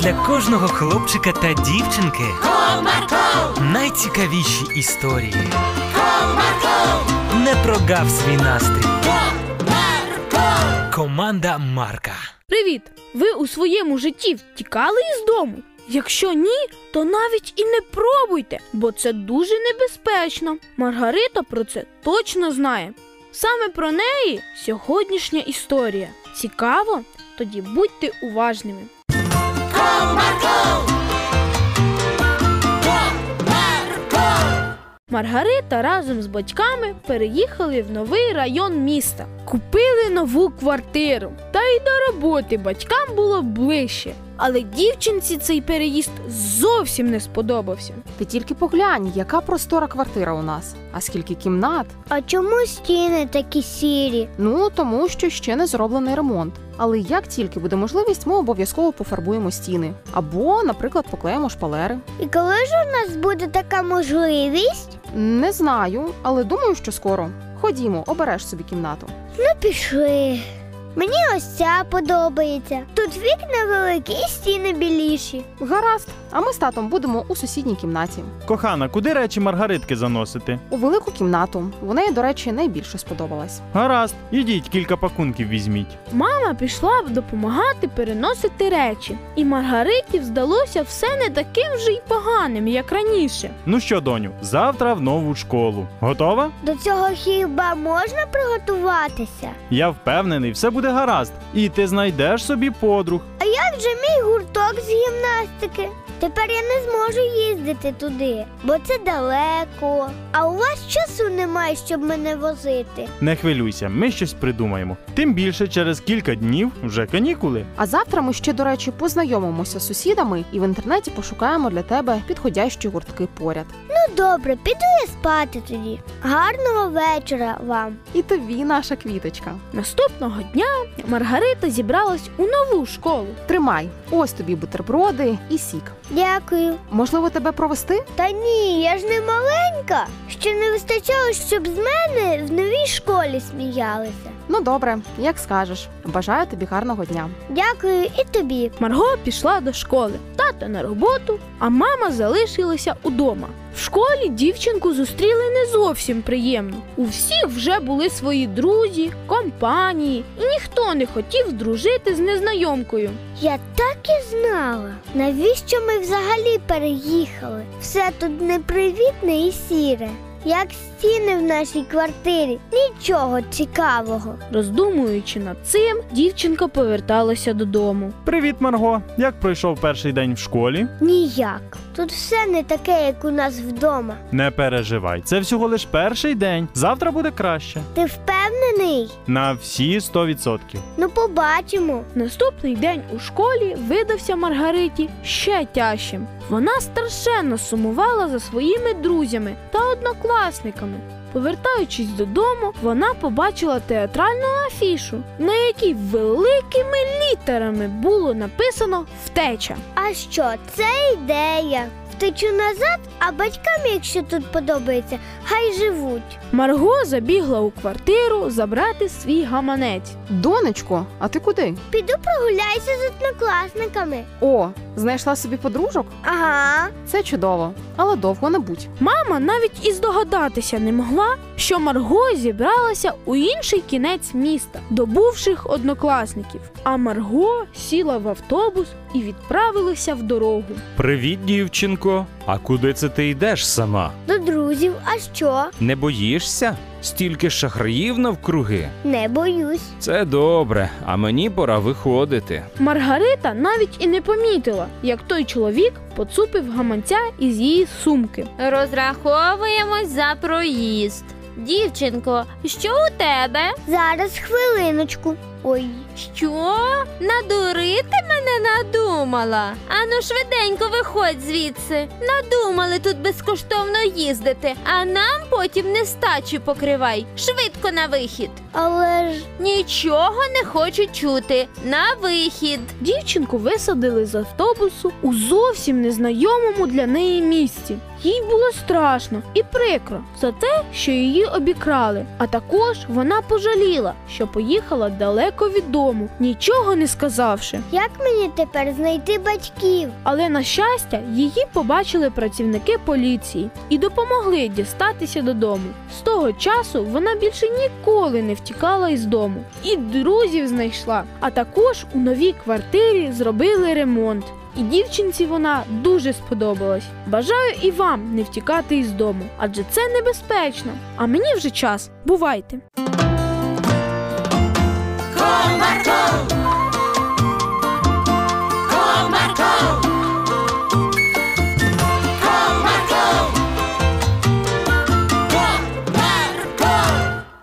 для кожного хлопчика та дівчинки Comarco, найцікавіші історії. comarco, Не прогав свій настрій. comarco. Команда Марка. Привіт! Ви у своєму житті втікали із дому? Якщо ні, то навіть і не пробуйте, бо це дуже небезпечно. Маргарита про це точно знає. Саме про неї сьогоднішня історія. Цікаво? Тоді будьте уважними. Маргарита разом з батьками переїхали в новий район міста, купили нову квартиру. Та й до роботи батькам було ближче. Але дівчинці цей переїзд зовсім не сподобався. Ти тільки поглянь, яка простора квартира у нас, а скільки кімнат. А чому стіни такі сірі? Ну тому що ще не зроблений ремонт. Але як тільки буде можливість, ми обов'язково пофарбуємо стіни або, наприклад, поклеїмо шпалери. І коли ж у нас буде така можливість? Не знаю, але думаю, що скоро. Ходімо, обереш собі кімнату. Ну пішли. Мені ось ця подобається. Тут вікна великі і стіни біліші. Гаразд, а ми з татом будемо у сусідній кімнаті. Кохана, куди речі маргаритки заносити? У велику кімнату. Вона їй, до речі, найбільше сподобалась. Гаразд, ідіть, кілька пакунків візьміть. Мама пішла допомагати переносити речі, і Маргариті здалося все не таким вже й поганим, як раніше. Ну що, доню, завтра в нову школу. Готова? До цього хіба можна приготуватися? Я впевнений, все буде гаразд, і ти знайдеш собі подруг. А як же мій гурток з гімнастики? Тепер я не зможу їздити туди, бо це далеко. А у вас часу немає, щоб мене возити. Не хвилюйся, ми щось придумаємо. Тим більше через кілька днів вже канікули. А завтра ми ще, до речі, познайомимося з сусідами і в інтернеті пошукаємо для тебе підходящі гуртки поряд. Ну добре, піду я спати тоді. Гарного вечора вам. І тобі наша квіточка. Наступного дня Маргарита зібралась у нову школу. Тримай, ось тобі бутерброди і сік. Дякую. Можливо, тебе провести? Та ні, я ж не маленька. Ще не вистачало, щоб з мене в новій школі сміялися. Ну добре, як скажеш. Бажаю тобі гарного дня. Дякую і тобі. Марго пішла до школи, тато на роботу, а мама залишилася удома. В школі дівчинку зустріли не зовсім приємно. У всіх вже були свої друзі, компанії, і ніхто не хотів дружити з незнайомкою. Я так і знала. Навіщо ми взагалі переїхали? Все тут непривітне і сіре. Як стіни в нашій квартирі, нічого цікавого. Роздумуючи над цим, дівчинка поверталася додому. Привіт, Марго! Як пройшов перший день в школі? Ніяк. Тут все не таке, як у нас вдома. Не переживай, це всього лиш перший день. Завтра буде краще. Ти впевнений? На всі 100%. Ну, побачимо. Наступний день у школі видався Маргариті ще тяжчим. Вона страшенно сумувала за своїми друзями та однокласниками. Повертаючись додому, вона побачила театральну афішу, на якій великими літерами було написано втеча. А що, це ідея? Втечу назад, а батькам, якщо тут подобається, хай живуть. Марго забігла у квартиру забрати свій гаманець. Донечко, а ти куди? Піду прогуляюся з однокласниками. О, знайшла собі подружок? Ага. Це чудово, але довго не будь. Мама навіть і здогадатися не могла, що Марго зібралася у інший кінець міста до бувших однокласників. А Марго сіла в автобус і відправилася в дорогу. Привіт, дівчинко. А куди це ти йдеш сама? До друзів, а що? Не боїшся? Стільки шахраїв навкруги. Не боюсь. Це добре, а мені пора виходити. Маргарита навіть і не помітила, як той чоловік поцупив гаманця із її сумки. Розраховуємось за проїзд. Дівчинко, що у тебе? Зараз хвилиночку. Ой, Що? Надурити мене надумала? Ану швиденько виходь звідси. Надумали тут безкоштовно їздити, а нам потім нестачу покривай. Швидко на вихід. але ж Нічого не хочу чути. На вихід. Дівчинку висадили з автобусу у зовсім незнайомому для неї місці. Їй було страшно і прикро за те, що її обікрали. А також вона пожаліла, що поїхала далеко далеко від дому, нічого не сказавши. Як мені тепер знайти батьків? Але на щастя, її побачили працівники поліції і допомогли дістатися додому. З того часу вона більше ніколи не втікала із дому і друзів знайшла. А також у новій квартирі зробили ремонт. І дівчинці вона дуже сподобалась. Бажаю і вам не втікати із дому, адже це небезпечно. А мені вже час. Бувайте! con Marco,